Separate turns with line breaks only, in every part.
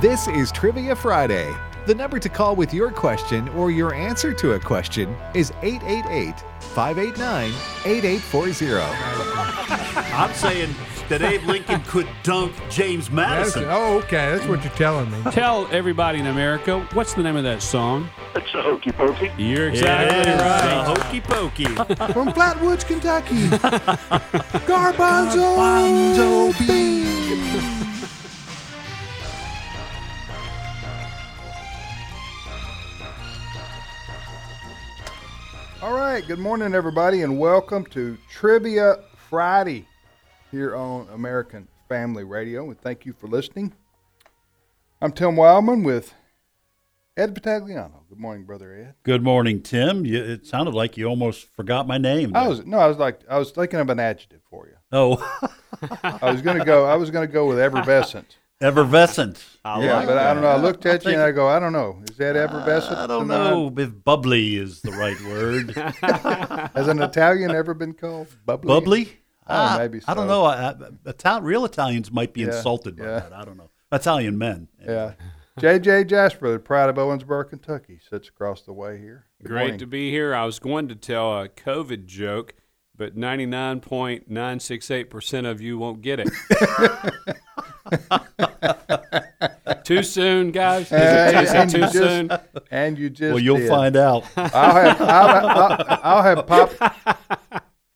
This is Trivia Friday. The number to call with your question or your answer to a question is 888 589 8840.
I'm saying that Abe Lincoln could dunk James
That's,
Madison.
oh, okay. That's what you're telling
oh.
me.
Tell everybody in America what's the name of that song.
It's a hokey pokey.
You're exactly right.
Hokey pokey.
From Flatwoods, Kentucky. Garbanzo, beans.
All right, good morning, everybody, and welcome to Trivia Friday here on American Family Radio, and thank you for listening. I'm Tim Wildman with Ed Battagliano. Good morning, brother Ed.
Good morning, Tim. You, it sounded like you almost forgot my name.
I was no, I was like, I was thinking of an adjective for you.
oh,
I was gonna go, I was gonna go with effervescent.
effervescent. I
yeah,
like
but I
that.
don't know. I looked at you
think-
and I go, I don't know. Is that effervescent?
I don't
to mine?
know if bubbly is the right word.
Has an Italian ever been called bubbly?
bubbly?
Oh,
Ah,
maybe
I don't
so.
know. I, I, Ital- real Italians might be
Yeah,
insulted by
yeah.
that. I don't know. Italian men.
Yeah. JJ Jasper, the pride of Owensboro, Kentucky, sits across the way here. Good
Great
morning.
to be here. I was going to tell a COVID joke, but 99.968% of you won't get it. too soon, guys? Is it- is it
and,
too
you just,
soon?
and you just
Well, you'll
did.
find out.
I'll have I'll, I'll, I'll have pop.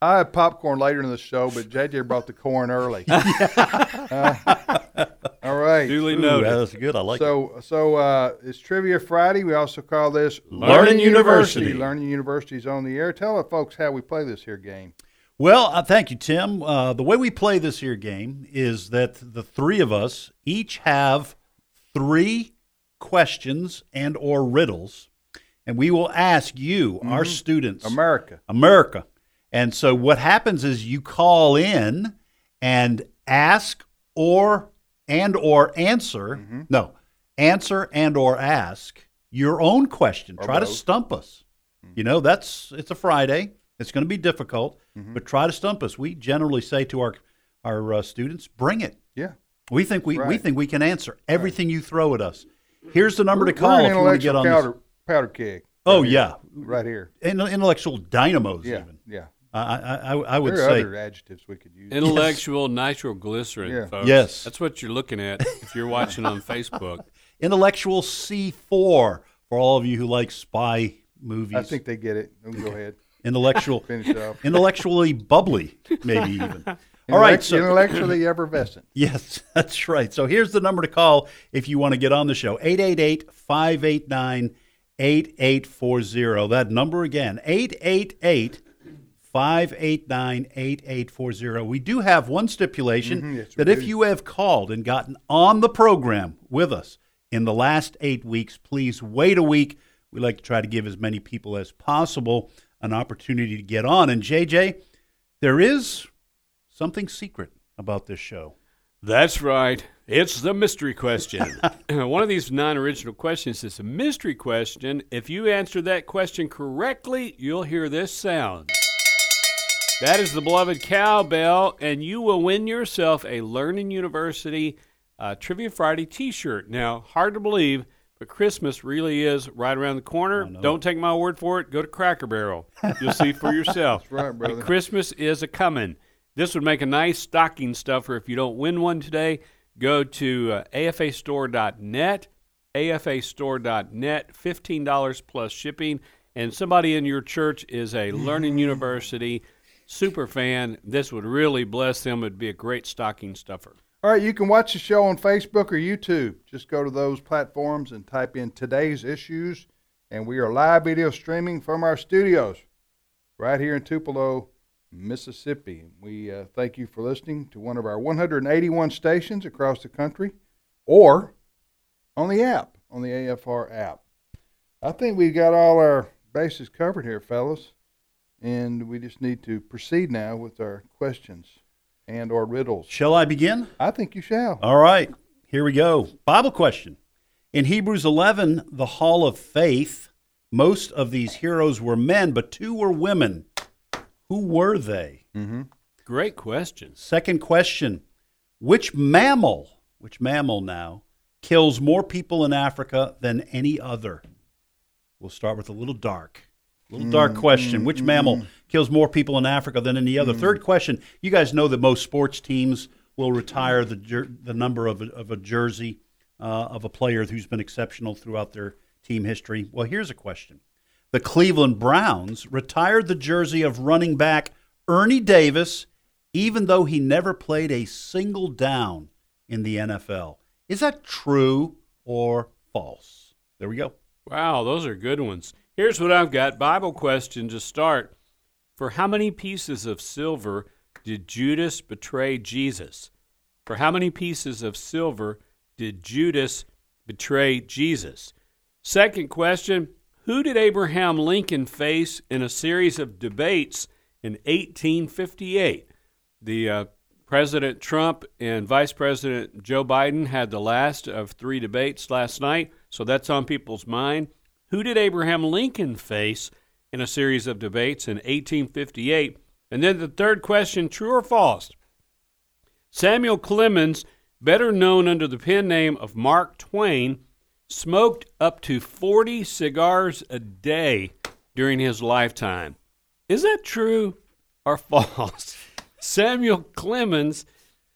I have popcorn later in the show, but JJ brought the corn early. Uh, all right.
Duly
Ooh,
noted.
that's good. I like it.
so so uh, it's trivia Friday. We also call this
Learning University.
Learning University is on the air. Tell the folks how we play this here game.
Well, uh, thank you, Tim. Uh, the way we play this here game is that the three of us each have three questions and or riddles, and we will ask you, our students,
Mm-hmm. America.
America. And so what happens is you call in and ask or and or answer.
Mm-hmm.
No, answer and or ask your own question.
Or
try to
both.
stump us. You know, that's it's a Friday. It's going to be difficult,
Mm-hmm.
but try to stump us. We generally say to our our uh, students, "Bring it."
Yeah.
We think we, we
Right.
think we can answer everything you throw at us. Here's the number to
We're
call
an
if you want to get
intellectual
on this.
powder, powder keg.
Oh
right here.
yeah,
Right here.
In- intellectual dynamos
Yeah.
even.
Yeah.
I, I, I- I would
There are
say
other adjectives we could use.
Intellectual nitroglycerin,
Yeah.
folks.
Yes.
That's what you're looking at if you're watching on Facebook.
intellectual C4 for all of you who like spy movies.
I think they get it. Go ahead.
intellectual,
Finish it off.
intellectually bubbly, maybe even. All right,
Intellect-
so
intellectually effervescent.
yes, that's right. So here's the number to call if you want to get on the show 888 589 8840. That number again 888 589 8840. We do have one stipulation
Mhm, yes, we
that if
do.
you have called and gotten on the program with us in the last eight weeks, please wait a week. We like to try to give as many people as possible an opportunity to get on. And JJ, there is something secret about this show.
That's right. It's the mystery question. One of these non original questions is a mystery question. If you answer that question correctly, you'll hear this sound. That is the beloved cowbell, and you will win yourself a Learning University uh, Trivia Friday t shirt. Now, hard to believe, but Christmas really is right around the corner. Don't take my word for it. Go to Cracker Barrel. You'll see for yourself.
right,
And
brother.
Christmas is a coming. This would make a nice stocking stuffer if you don't win one today. Go to uh, afastore.net, afastore.net, $15 plus shipping. And somebody in your church is a Learning University super fan. This would really bless them. It'd be a great stocking stuffer.
All right, you can watch the show on Facebook or YouTube. Just go to those platforms and type in today's issues, and we are live video streaming from our studios right here in Tupelo, Mississippi. We uh, thank you for listening to one of our 181 stations across the country or on the app, on the AFR app. I think we've got all our bases covered here, fellas, and we just need to proceed now with our questions and or riddles.
Shall I begin?
I think you shall.
All right, here we go. Bible question. In Hebrews 11, the Hall of Faith, most of these heroes were men, but two were women. Who were they?
Great questions.
Second question Which mammal, which mammal now, kills more people in Africa than any other? We'll start with a little dark. Little dark question. Which mammal kills more people in Africa than any other? Third question. You guys know that most sports teams will retire the jer- the number of a, of a jersey uh, of a player who's been exceptional throughout their team history. Well, here's a question. The Cleveland Browns retired the jersey of running back Ernie Davis, even though he never played a single down in the NFL. Is that true or false? There we go.
Wow, those are good ones. Here's what I've got Bible question to start. For how many pieces of silver did Judas betray Jesus? For how many pieces of silver did Judas betray Jesus? Second question Who did Abraham Lincoln face in a series of debates in 1858? The uh, President Trump and Vice President Joe Biden had the last of three debates last night, so that's on people's mind. Who did Abraham Lincoln face in a series of debates in 1858? And then the third question true or false? Samuel Clemens, better known under the pen name of Mark Twain, smoked up to 40 cigars a day during his lifetime. Is that true or false? Samuel Clemens,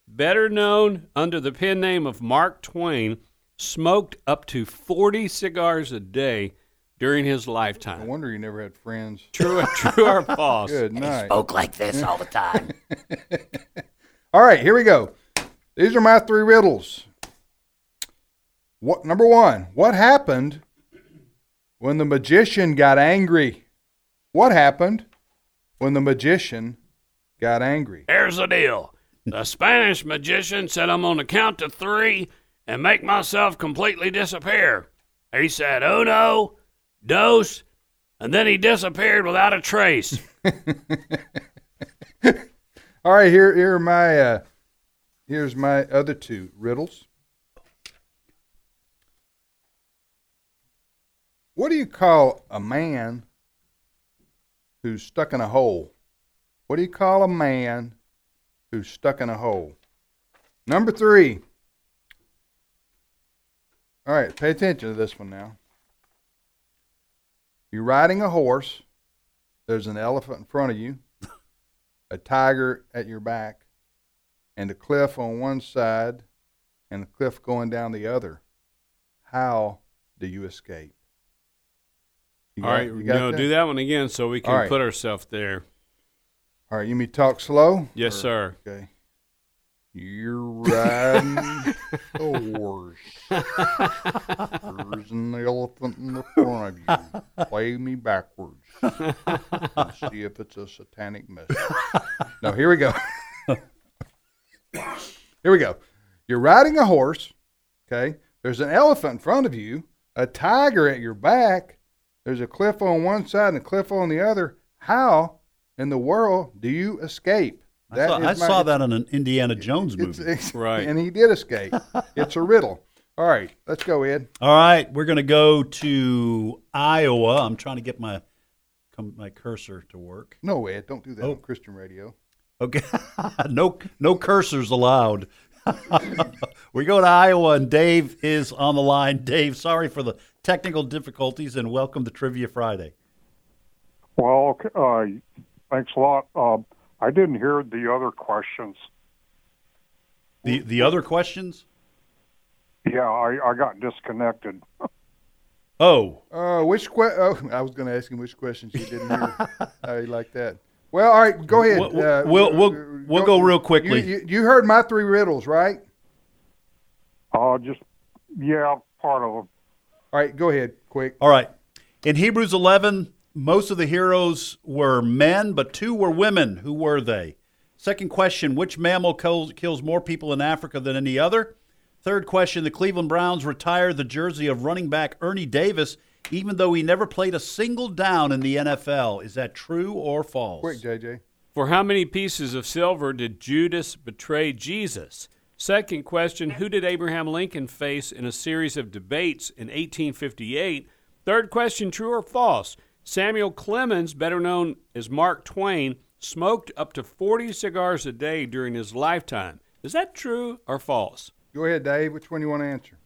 better known under the pen name of Mark Twain, smoked up to 40 cigars a day during his
No
lifetime.
wonder you never had friends.
True, true or false?
Good night.
Spoke like this all the time.
All right, here we go. These are my three riddles. What number one? What happened when the magician got angry? What happened when the magician got angry?
Here's the deal. The Spanish magician said I'm on the count to three and make myself completely disappear. He said uno, dos, and then he disappeared without a trace.
All right, here here are my uh, here's my other two riddles. What do you call a man who's stuck in a hole? What do you call a man who's stuck in a hole? Number three. All right, pay attention to this one now. You're riding a horse. There's an elephant in front of you a tiger at your back, and a cliff on one side, and a cliff going down the other. How do you escape? You
All
got-
right,
you got
no, do that one again so we can
All right.
put ourselves there.
All right, you mean talk slow?
Yes, sir.
Okay. You're riding a horse. There's an elephant in the front of you. Play me backwards. And see if it's a satanic message. No, here we go. here we go. You're riding a horse. Okay. There's an elephant in front of you, a tiger at your back. There's a cliff on one side and a cliff on the other. How in the world do you escape?
I saw,
is
I
my-
saw that on an Indiana Jones
it's-
movie.
it's-
Right.
And he did escape. it's a riddle. All right, let's go, Ed.
All right, we're going to go to Iowa. I'm trying to get my com- my cursor to work.
No, Ed, don't do that
Oh.
on Christian radio.
Okay, no no cursors allowed. we go to Iowa, and Dave is on the line. Dave, sorry for the technical difficulties, and welcome to Trivia Friday.
Well, c- uh, thanks a lot. Um, I didn't hear the other questions.
The the other questions?
Yeah, I, I got disconnected.
Oh,
Uh, which que- oh, I was going to ask him which questions you didn't hear. How you like that? Well, all right, go ahead. uh,
We'll- we'll- we'll- we'll go real quickly.
You, you, you heard my three riddles, right?
Uh, just, yeah, part of them.
All right, go ahead, quick.
all right. In Hebrews 11, most of the heroes were men, but two were women. Who were they? Second question: Which mammal kills, kills more people in Africa than any other? Third question: The Cleveland Browns retired the jersey of running back Ernie Davis, even though he never played a single down in the NFL. Is that true or false?
Quick, JJ.
For how many pieces of silver did Judas betray Jesus? Second question Who did Abraham Lincoln face in a series of debates in 1858? Third question True or false? Samuel Clemens, better known as Mark Twain, smoked up to 40 cigars a day during his lifetime. Is that true or false?
Go ahead, Dave. Which one you want to answer?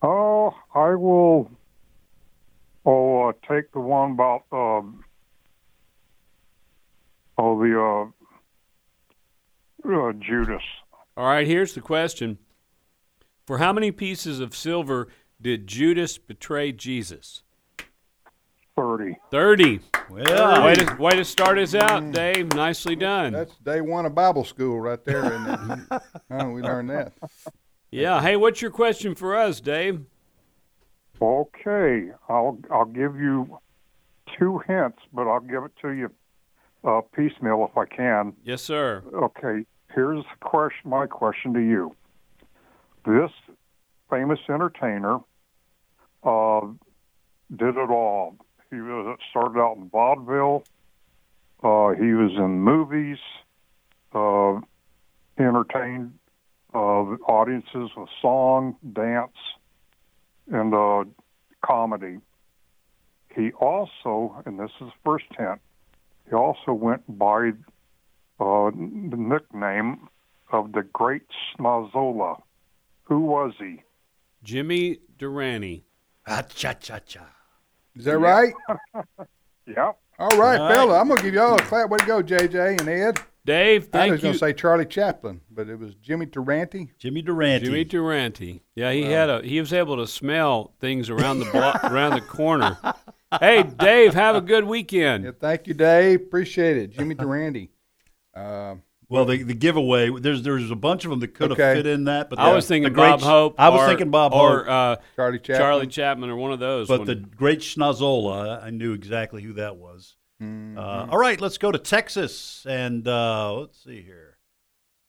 Oh, I will. Oh, uh, take the one about um, oh the uh, uh, Judas.
All right, here's the question. For how many pieces of silver did Judas betray Jesus?
Thirty.
30.
Well,
Way to, way to start us out, Dave. Nicely done.
That's day one of Bible school right there. And oh, we learned that.
Yeah. Hey, what's your question for us, Dave?
Okay, I'll I'll give you two hints, but I'll give it to you uh, piecemeal if I can.
Yes, sir.
Okay, here's the question, my question to you. This famous entertainer uh, did it all. He was, started out in vaudeville. Uh, he was in movies, uh, entertained uh, audiences with song, dance, and uh, comedy. He also, and this is the first hint, he also went by uh, the nickname of the Great Smazola. Who was he?
Jimmy Durante.
ah, cha cha cha.
Is that right?
Yep.
All right,
All right.
fella. I'm gonna give y'all a clap. Way to go, JJ and Ed.
Dave,
I was
thank
gonna
you.
say Charlie Chaplin, but it was Jimmy Durante.
Jimmy Durante.
Jimmy Durante. Yeah, he had a he was able to smell things around the block around the corner. Hey, Dave, have a good weekend.
Yeah, thank you, Dave. Appreciate it, Jimmy Durante. Um,
well, the, the giveaway. There's there's a bunch of them that could have
Okay.
fit in that, but
I
the-
was
the
thinking
great-
Bob Hope.
I was
or-
thinking Bob
or
Hope,
uh,
Charlie Chaplin.
Charlie Chapman or one of those.
but
ones.
the great Schnozola. I knew exactly who that was.
Mm-hmm.
Uh, all right, let's go to Texas and uh, let's see here.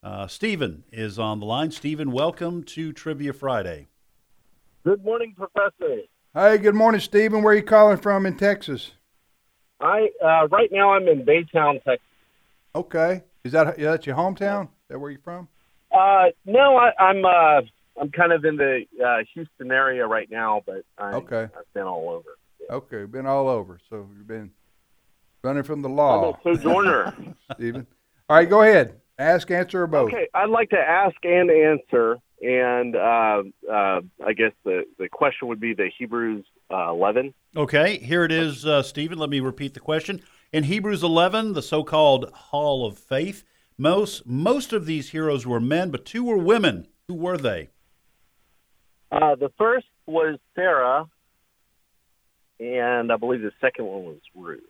Uh, Stephen is on the line. Stephen, welcome to Trivia Friday.
Good morning, Professor.
Hey, good morning, Stephen. Where you calling from in Texas?
I uh, right now I'm in Baytown, Texas.
Okay. Is that yeah, that's your hometown? Is that where you're from?
Uh, no, I, I'm uh, I'm kind of in the uh, Houston area right now, but I,
Okay.
I've been all over.
Okay, been all over. So you've been running from the
I'm
law,
a sojourner.
Stephen. All right, go ahead. Ask, answer, or both.
okay, I'd like to ask and answer, and uh, uh, I guess the the question would be the Hebrews uh, 11.
Okay, here it is, uh, Stephen. Let me repeat the question. In Hebrews 11, the so called Hall of Faith, most, most of these heroes were men, but two were women. Who were they?
Uh, the first was Sarah, and I believe the second one was Ruth.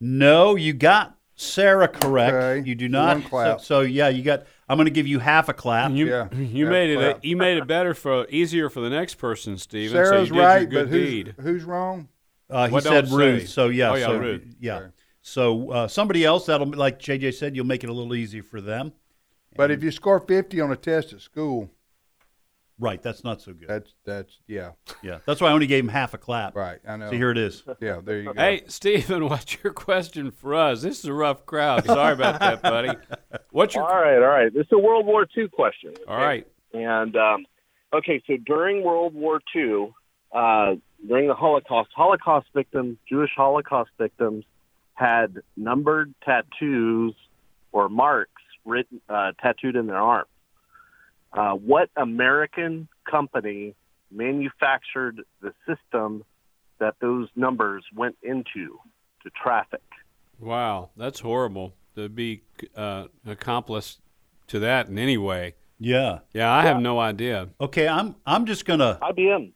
No, you got Sarah correct.
Okay,
You do not.
one clap.
So, so, yeah, you got. I'm going to give you half a clap.
you,
Yeah,
you
yeah,
made it
well.
you made it better for easier for the next person, Steven. so you
Sarah's
did your
right,
good
but
deed.
who's, who's wrong?
Uh, he
What
said
don't say?
Ruth. So yeah.
Oh, yeah,
so,
Ruth.
Yeah. So uh, somebody else that'll like JJ said, you'll make it a little easier for them.
But if you score 50 on a test at school,
Right. That's not so good.
that's that's yeah,
yeah. That's why I only gave him half a clap.
right. I know.
So here it is.
yeah, there you go.
Hey, Stephen, what's your question for us? This is a rough crowd. Sorry about that, buddy. What's your?
All right, all right. This is a World War II question.
All right.
And um, okay, so during World War II, uh, during the Holocaust, Holocaust victims, Jewish Holocaust victims, had numbered tattoos or marks written uh, tattooed in their arms. Uh, what American company manufactured the system that those numbers went into to traffic?
Wow, that's horrible to be uh, accomplice to that in any way.
Yeah.
Yeah, I have no idea.
Okay. I'm. I'm just gonna.
IBM.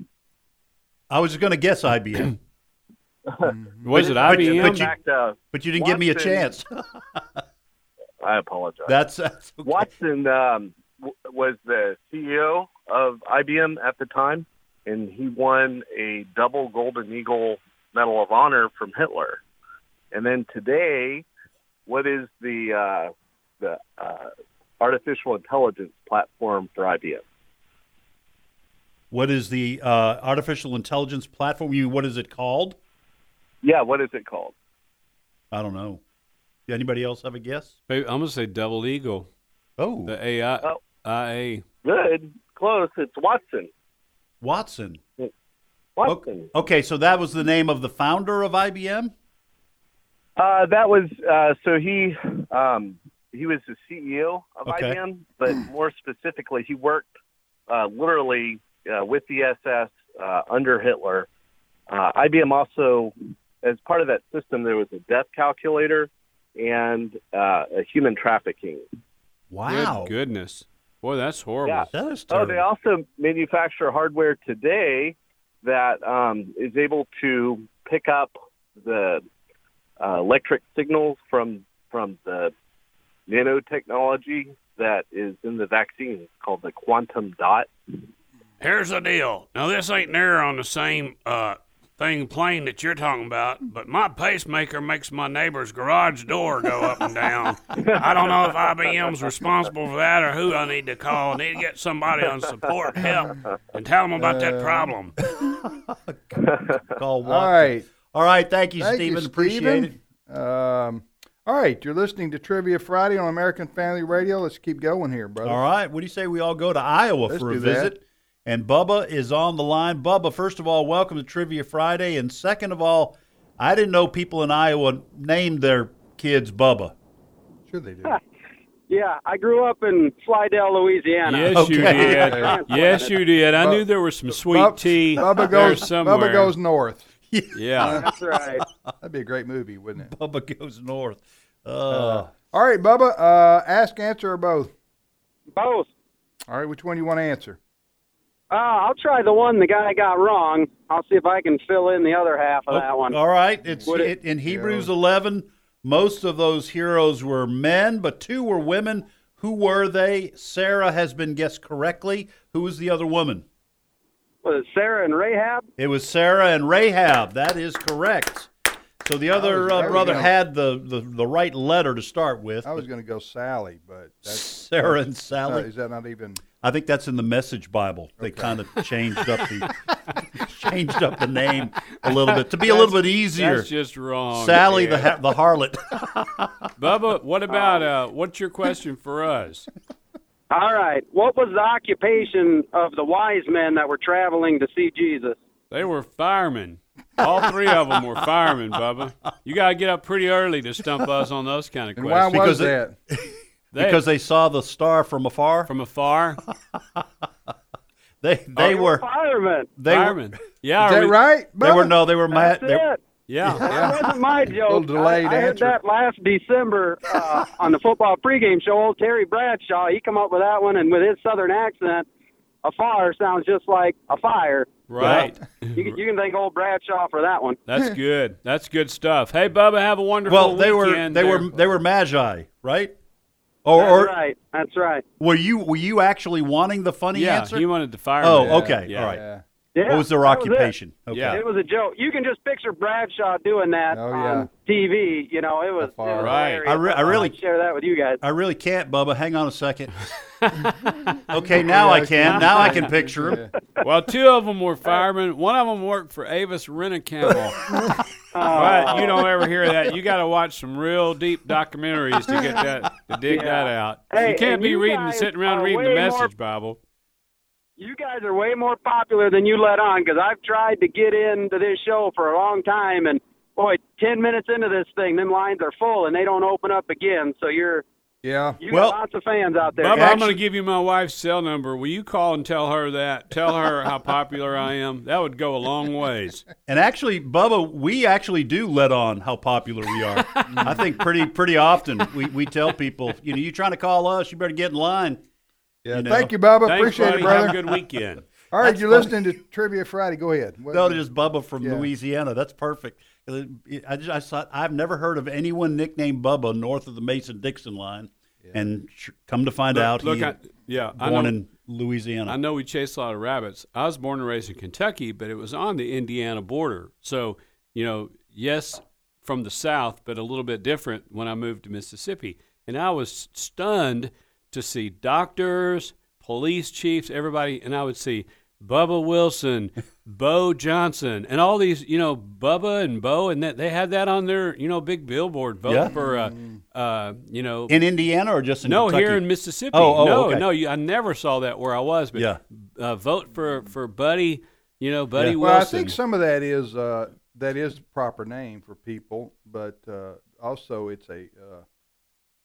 I was just gonna guess IBM,
Mm-hmm. Was it
But you-
IBM?
but
In fact, uh,
but you didn't give me a
Watson.
chance.
I apologize.
that's. that's okay.
Watson um, w- was the CEO of IBM at the time, and he won a double Golden Eagle Medal of Honor from Hitler. And then today, what is the uh, the uh, artificial intelligence platform for IBM?
What is the uh, artificial intelligence platform? You. What is it called?
Yeah, what is it called?
I don't know. Anybody else have a guess?
Babe, I'm gonna say Double Eagle.
Oh,
The AI.
Oh.
IA.
Good, close. It's Watson.
Watson.
Watson.
Okay, okay, so that was the name of the founder of IBM.
Uh, that was uh, so he um, he was the CEO of
Okay.
IBM, but more specifically, he worked uh, literally uh, with the SS uh, under Hitler. Uh, IBM also, as part of that system, there was a death calculator and uh, a human trafficking. Oh,
Wow.
Good goodness. Boy, that's horrible.
Yeah.
That is
Oh,
terrible.
they also manufacture hardware today that um, is able to pick up the uh, electric signals from from the nanotechnology that is in the vaccine It's called the quantum dot.
Here's the deal. Now, this ain't near on the same uh, thing plane that you're talking about, but my pacemaker makes my neighbor's garage door go up and down. I don't know if IBM's responsible for that or who I need to call. I need to get somebody on support help and tell them about that problem.
Call
All
Watkins.
right.
All right. Thank you,
Thank
Stephen.
you,
Appreciate it.
Stephen. Um, all right, you're listening to Trivia Friday on American Family Radio. Let's keep going here, brother.
All right. What do you say we all go to Iowa
Let's
for a
do that.
visit? And Bubba is on the line. Bubba, first of all, welcome to Trivia Friday. And second of all, I didn't know people in Iowa named their kids Bubba.
Sure they do.
Yeah, I grew up in Slidell, Louisiana.
Yes,
Okay.
you did. Yes, you did. I knew there was some sweet
Bub-
tea
Bubba
there
goes.
somewhere.
Bubba goes north.
Yeah.
That's right.
That'd be a great movie, wouldn't it?
Bubba goes north. Uh,
All right, Bubba. Uh, ask, answer, or both.
Both.
All right, which one do you want to answer?
Uh, I'll try the one the guy got wrong. I'll see if I can fill in the other half
Oh,
of Oh, that one.
All right. It's
Would
it,
it-
in Hebrews 11. Most of those heroes were men, but two were women. Who were they? Sarah has been guessed correctly. Who was the other woman?
Was it Sarah and Rahab?
It was Sarah and Rahab. That is correct. So
Oh,
the other
was-
uh,
there we
brother
go.
had the, the, the right letter to start with.
I was going to go Sally, but that's,
Sarah and
uh,
Sally.
is that not even?
I think that's in the Message Bible. They kind of changed up the changed up the name a little bit to be a little bit easier.
That's just wrong.
Sally the
Ed.
ha- the harlot.
Bubba, what about uh,
Um,
what's your question for us?
All right. What was the occupation of the wise men that were traveling to see Jesus?
They were firemen. All three of them were firemen, Bubba. You got to get up pretty early to stump us on those kind of
And why
questions.
was
Because it-
that?
They-
because they saw the star from afar.
from afar, Oh,
They they were
Firemen.
they were,
firemen. Yeah,
Is
are
that
we-
right?
they were
Bubba?
no they were mad.
That's
They,
it.
Yeah.
That wasn't my joke.
delayed
I, I heard
answer.
that last December uh, on the football pregame show. Old Terry Bradshaw, he come up with that one, and with his southern accent, a fire sounds just like a fire.
Right.
You, can- you can thank old Bradshaw for that one.
That's good. That's good stuff. Hey, Bubba, have a wonderful
well they were
weekend
they
there.
were they were magi right. Or,
That's
or
right. That's right.
Were you were you actually wanting the funny
yeah,
answer?
he wanted the fire.
Oh, okay, all right.
Yeah.
Yeah,
what was their
that it.
occupation? Okay.
Yeah.
it was a joke. You can just picture Bradshaw doing that
Oh, yeah.
on TV. You know, it was, it
far
was
right.
hilarious.
I re- I
I'll
really-
share that with you guys.
I really can't, Bubba. Hang on a second. okay, now I can. Now I can picture him.
Well, two of them were firemen. One of them worked for Avis Rent-A-Camel. but you don't ever hear that. You got to watch some real deep documentaries to get that to dig that out.
Hey,
you can't
and
be
you
reading
guys
sitting around
are
reading the
way more-
message Bible.
You guys are way more popular than you let on because I've tried to get into this show for a long time, and boy, ten minutes into this thing, them lines are full and they don't open up again. So you're
Yeah.
you
Well-
got lots of fans out there.
Bubba, I'm
Actually-
going to give you my wife's cell number. Will you call and tell her that? Tell her how popular I am. That would go a long ways.
And actually, Bubba, we actually do let on how popular we are. I think pretty pretty often we, we tell people, you know, you trying to call us, you better get in line.
Yeah.
You know.
Thank you, Bubba.
Thanks,
Appreciate
buddy.
it, brother.
Have a good weekend.
All right,
That's
you're
funny.
listening to Trivia Friday. Go ahead. What-
No, it's just Bubba from
Yeah.
Louisiana. That's perfect. I just, I thought, I've never heard of anyone nicknamed Bubba north of the Mason Dixon line, and sh- come to find out,
Look,
he
I, yeah, I
born
know,
in Louisiana.
I know we chase a lot of rabbits. I was born and raised in Kentucky, but it was on the Indiana border. So, you know, yes, from the South, but a little bit different when I moved to Mississippi. And I was stunned to see doctors, police chiefs, everybody, and I would see Bubba Wilson, Bo Johnson, and all these, you know, Bubba and Bo, and that they had that on their, you know, big billboard vote
Yeah. Mm.
for, uh, uh, you know,
in Indiana or just in
no,
Kentucky?
here in Mississippi.
Oh, oh,
no,
okay.
no, you, I never saw that where I was. But
Yeah.
uh, vote for for Buddy, you know, Buddy
Yeah.
Wilson.
Well, I think some of that is uh, that is the proper name for people, but uh, also it's a uh,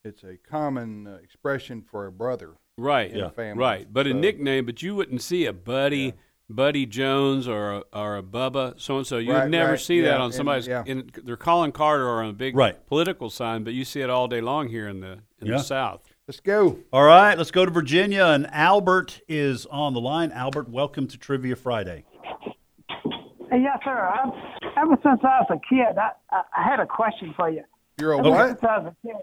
it's a common uh, expression for a brother.
right,
in Yeah. families.
right. But a
So-
nickname, but you wouldn't see a Buddy Buddy Jones or a, or a Bubba so and so. You
Right,
would never
right,
see that
yeah,
on
and-
somebody's.
yeah.
In, they're calling Carter or on a big
Right.
political sign, but you see it all day long here in the in
Yeah.
the South.
Let's go.
All right, let's go to Virginia, and Albert is on the line. Albert, welcome to Trivia Friday.
Yes, sir. I'm, ever since I was a kid, I, I, I had a question for you.
You're a
Ever
what?
since I was a kid,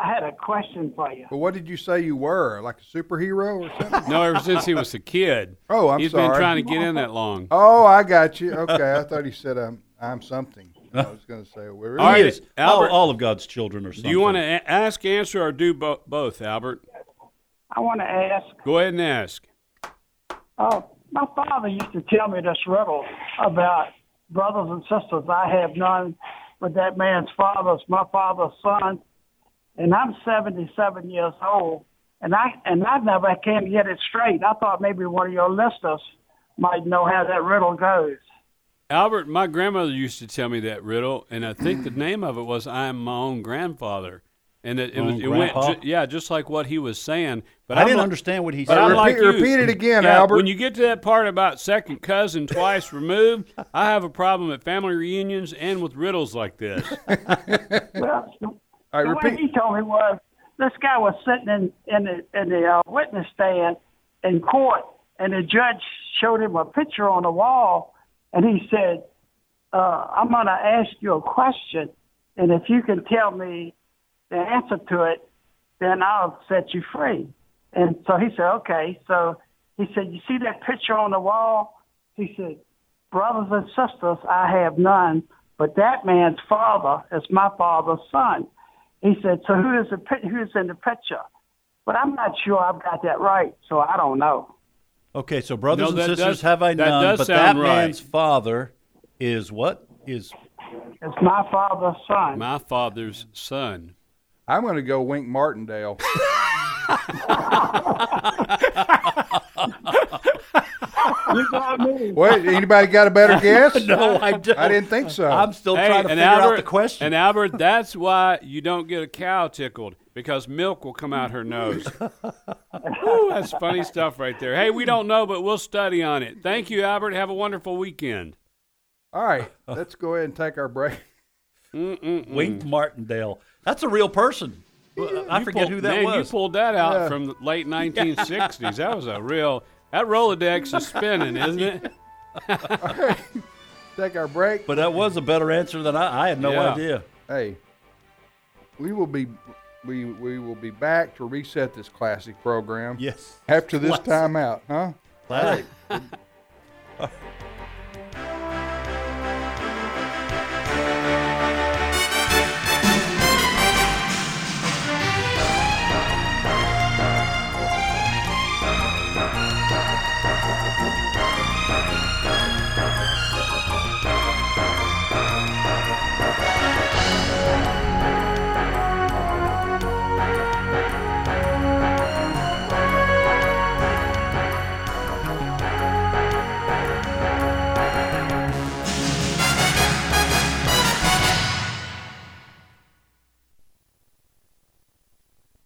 I had a question for you.
But what did you say you were? Like a superhero or something?
No, ever since he was a kid.
Oh, I'm
He's been
sorry.
trying to get in that long.
Oh, I got you. Okay, I thought he said I'm I'm something. I was going to say where is
All right,
He is. All,
Albert-
all of God's children are something.
Do you want to a- ask, answer, or do bo- both, Albert?
I want to ask.
Go ahead and ask.
Uh, my father used to tell me this riddle about brothers and sisters. I have none, but that man's father's my father's son, and I'm 77 years old, and I and I never can get it straight. I thought maybe one of your listeners might know how that riddle goes.
Albert, my grandmother used to tell me that riddle, and I think the name of it was "I am my own grandfather," and it, it
Own
was it went
grandpa?
ju- yeah, just like what he was saying. But
I
I'm
didn't
not-
understand what he
But
said.
I'm
repeat-
like you.
repeat it again,
Yeah,
Albert.
When you get to that part about second cousin twice removed, I have a problem at family reunions and with riddles like this.
Well, the,
All right,
the way
repeat.
he told me was this guy was sitting in in the, in the uh, witness stand in court, and the judge showed him a picture on the wall, and he said, uh, "I'm going to ask you a question, and if you can tell me the answer to it, then I'll set you free." And so he said, "Okay." So he said, "You see that picture on the wall?" He said, "Brothers and sisters, I have none, but that man's father is my father's son." He said, "So who is the pic- who's in the picture?" But I'm not sure I've got that right, so I don't know.
Okay, so brothers
No,
and
that
sisters,
does-
have I
that
none?
does
but that
sound right.
man's father is what is
It's my father's son.
my father's son.
I'm going to go Wink Martindale.
you got me.
Wait, anybody got a better guess?
No, I don't.
I didn't think so.
I'm still
Hey,
trying to
and
figure
Albert,
out the question.
And Albert, that's why you don't get a cow tickled because milk will come out her nose. Woo, that's funny stuff right there. Hey, we don't know, but we'll study on it. Thank you, Albert. Have a wonderful weekend.
All right, let's go ahead and take our break.
Wink Martindale. That's a real person. I
You
forget
pulled-
who that
man,
was.
You pulled that out from the late 1960s. that was a real. That Rolodex is spinning, isn't it?
Take our break.
But that was a better answer than I, I had no
Yeah.
idea.
hey, we will be we we will be back to reset this classic program
Yes.
after this
Classic.
timeout, huh?
Classic.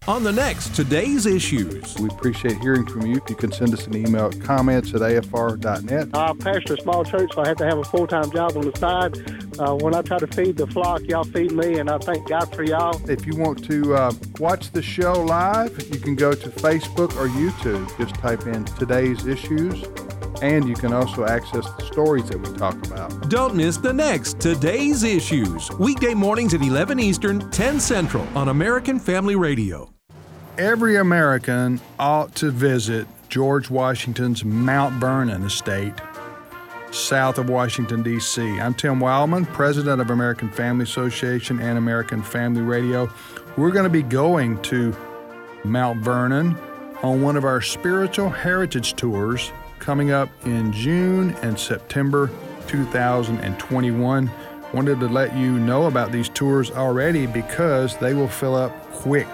On the next Today's Issues.
We appreciate hearing from you. You can send us an email at comments at afr.net.
Uh, I pastor a small church, so I have to have a full time job on the side. Uh, when I try to feed the flock, y'all feed me, and I thank God for y'all.
If you want to uh, watch the show live, you can go to Facebook or YouTube. Just type in today's issues, and you can also access the stories that we talk about.
Don't miss the next Today's Issues. Weekday mornings at 11 Eastern, 10 Central on American Family Radio.
Every American ought to visit George Washington's Mount Vernon estate south of Washington, D.C. I'm Tim Wildman, president of American Family Association and American Family Radio. We're going to be going to Mount Vernon on one of our spiritual heritage tours coming up in June and September 2021. Wanted to let you know about these tours already because they will fill up quick.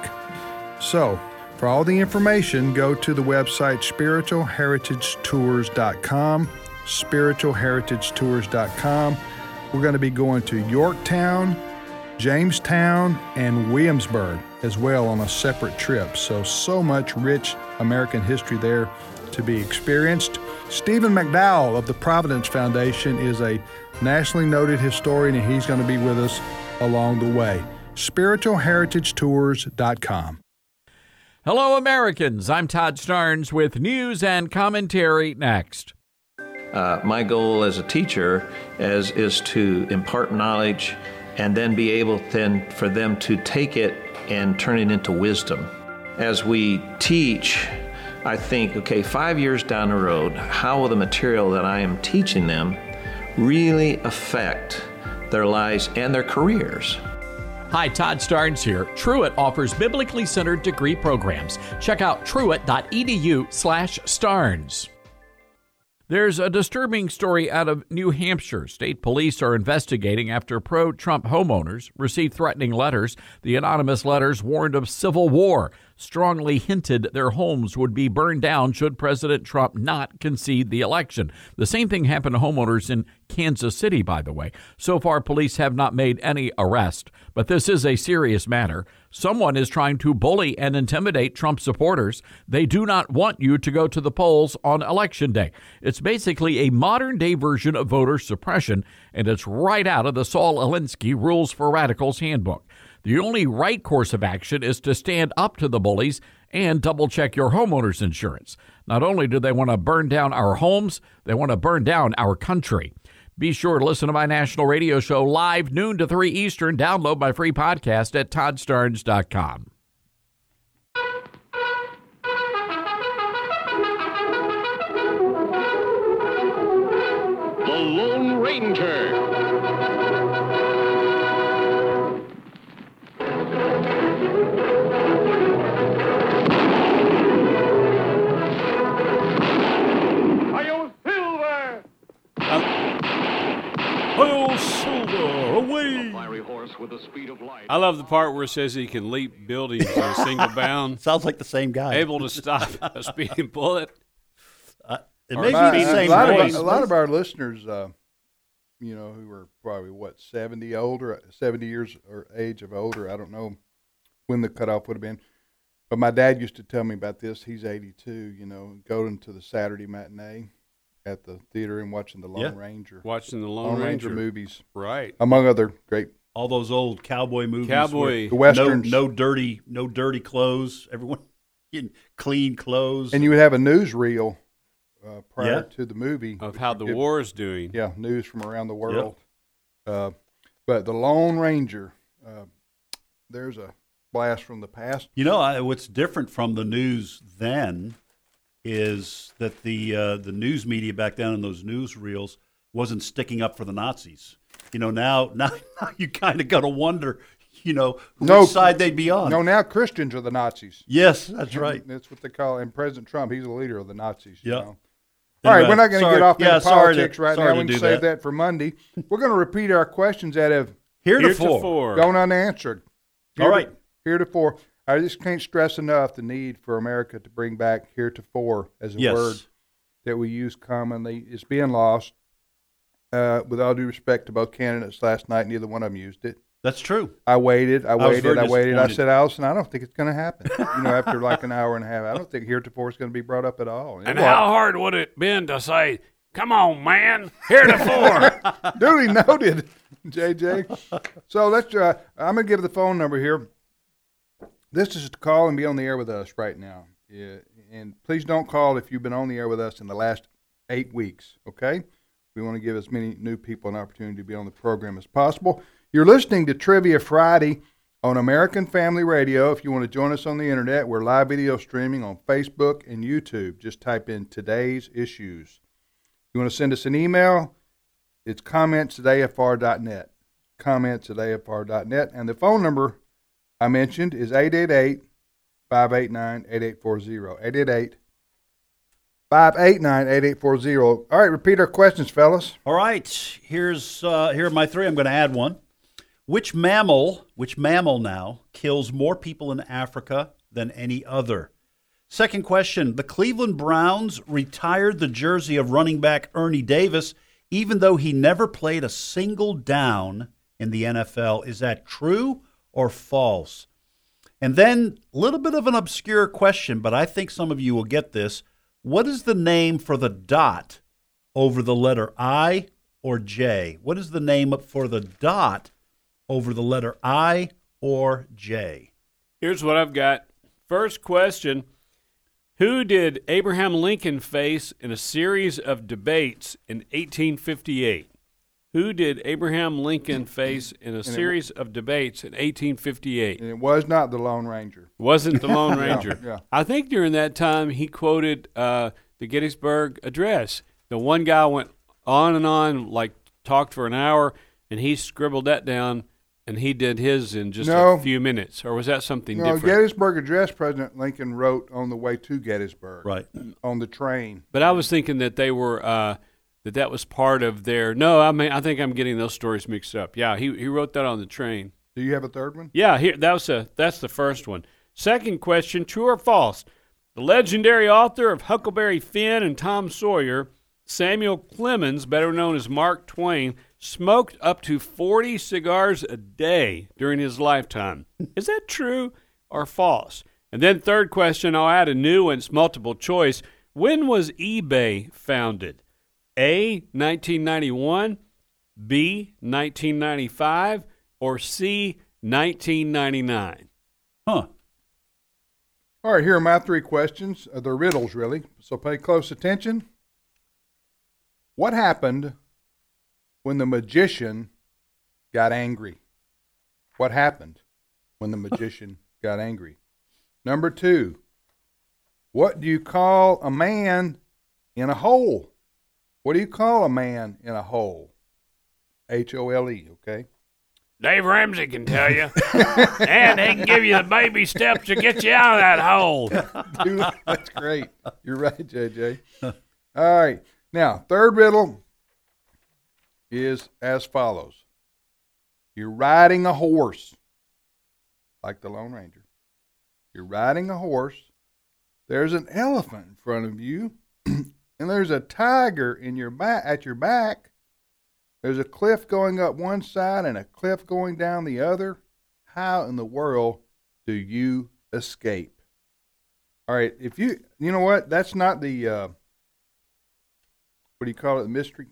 So, for all the information, go to the website spiritualheritagetours.com. Spiritualheritagetours.com. We're going to be going to Yorktown, Jamestown, and Williamsburg as well on a separate trip. So, so much rich American history there to be experienced. Stephen McDowell of the Providence Foundation is a nationally noted historian, and he's going to be with us along the way. SpiritualHeritageTours.com.
Hello, Americans. I'm Todd Starnes with news and commentary next.
Uh, my goal as a teacher is, is to impart knowledge and then be able then for them to take it and turn it into wisdom. As we teach, I think, okay, five years down the road, how will the material that I am teaching them really affect their lives and their careers?
Hi, Todd Starnes here. Truett offers biblically centered degree programs. Check out truett.edu slash starnes. There's a disturbing story out of New Hampshire. State police are investigating after pro Trump homeowners received threatening letters. The anonymous letters warned of civil war, strongly hinted their homes would be burned down should President Trump not concede the election. The same thing happened to homeowners in Kansas City, by the way. So far, police have not made any arrest, but this is a serious matter. Someone is trying to bully and intimidate Trump supporters. They do not want you to go to the polls on election day. It's basically a modern day version of voter suppression, and it's right out of the Saul Alinsky Rules for Radicals handbook. The only right course of action is to stand up to the bullies and double check your homeowner's insurance. Not only do they want to burn down our homes, they want to burn down our country. Be sure to listen to my national radio show live noon to 3 Eastern. Download my free podcast at toddstarns.com.
The Lone Ranger.
Hail Silver, away!
Fiery horse with the speed of light.
I love the part where it says he can leap buildings in a single bound,
Sounds like the same guy.
able to stop a speeding bullet.
Uh, it
or
may be
about-
the
a,
same
lot of,
voice.
our- a lot of our listeners, uh, you know, who are probably what seventy older, seventy years or age of older. I don't know when the cutoff would have been, but my dad used to tell me about this. He's eighty-two. You know, going to the Saturday matinee at the theater and watching the Lone
Yeah.
Ranger,
Watching the Lone,
Lone Ranger.
Ranger.
movies,
Right.
among other great
all those old cowboy movies. where
Cowboy.
The Westerns.
No, no dirty, no dirty clothes. Everyone in clean clothes.
And you would have a newsreel uh, prior
Yeah.
to the movie
Of
which
how
would
the
give-
war is doing.
Yeah, news from around the world. Uh, but the Lone Ranger, uh, there's a blast from the past.
You know I, what's different from the news then is that the uh, the news media back then in those newsreels wasn't sticking up for the Nazis. You know now now, now you kind of got to wonder, you know, which
No.
side they'd be on.
No, now Christians are the Nazis.
Yes, that's right.
That's what they call. And President Trump, he's the leader of the Nazis. You
Yeah.
know? All right, we're not going to
Sorry.
get off
Yeah,
into
sorry to-
politics right
sorry
now.
to
We
do
can save that. for Monday. We're going to repeat our questions that have
Heretofore.
gone unanswered.
All right.
Heretofore. I just can't stress enough the need for America to bring back heretofore as a
Yes.
word that we use commonly. It's being lost. Uh, with all due respect to both candidates last night, neither one of them used it.
That's true.
I waited, I
was
waited,
very
I, waited. I
disappointed.
said, Allison, I don't think it's going to happen. You know, after like an hour and a half, I don't think heretofore is going to be brought up at all.
And how hard would it been to say, "Come on, man, heretofore"?
Duly noted, JJ. So let's. Uh, I'm gonna give the phone number here. This is to call and be on the air with us right now. Yeah, and please don't call if you've been on the air with us in the last eight weeks. Okay, we want to give as many new people an opportunity to be on the program as possible. You're listening to Trivia Friday on American Family Radio. If you want to join us on the internet, we're live video streaming on Facebook and YouTube. Just type in today's issues. You want to send us an email? It's comments at afr.net. Comments at afr.net. And the phone number I mentioned is 888 589 8840. 888 589 8840. All right, repeat our questions, fellas.
All right, here's uh, here are my three. I'm going to add one. Which mammal, which mammal now kills more people in Africa than any other? Second question: The Cleveland Browns retired the jersey of running back Ernie Davis, even though he never played a single down in the NFL. Is that true or false? And then a little bit of an obscure question, but I think some of you will get this. What is the name for the dot over the letter I or J? What is the name for the dot over the letter I or J?
Here's what I've got. First question Who did Abraham Lincoln face in a series of debates in 1858? Who did Abraham Lincoln face in a
it-
series of debates in 1858?
And it was not the Lone Ranger.
Wasn't the Lone
Yeah,
Ranger.
yeah.
I think during that time he quoted uh, the Gettysburg Address. The one guy went on and on, like talked for an hour, and he scribbled that down, and he did his in just
No.
a few minutes. Or was that something
no,
different?
Gettysburg Address President Lincoln wrote on the way to Gettysburg.
Right.
On the train.
But I was thinking that they were uh, that that was part of their. No, I mean I think I'm getting those stories mixed up. Yeah, he he wrote that on the train.
Do you have a third one?
Yeah, here that was a that's the first one. Second question: True or false? The legendary author of Huckleberry Finn and Tom Sawyer, Samuel Clemens, better known as Mark Twain, smoked up to forty cigars a day during his lifetime. Is that true or false? And then third question: I'll add a new one. It's multiple choice. When was eBay founded? A. 1991. B, 1995, or C, 1999?
Huh.
All right, here are my three questions. Uh, they're riddles, really. So pay close attention. What happened when the magician got angry? What happened when the magician got angry? Number two, what do you call a man in a hole? What do you call a man in a hole? H O L E, okay?
Dave Ramsey can tell you. and he can give you the baby steps to get you out of that hole.
Dude, that's great. You're right, JJ. All right. Now, third riddle is as follows You're riding a horse, like the Lone Ranger. You're riding a horse. There's an elephant in front of you, and there's a tiger in your back at your back. There's a cliff going up one side and a cliff going down the other. How in the world do you escape? All right. If you, you know what? That's not the, uh, what do you call it? The mystery?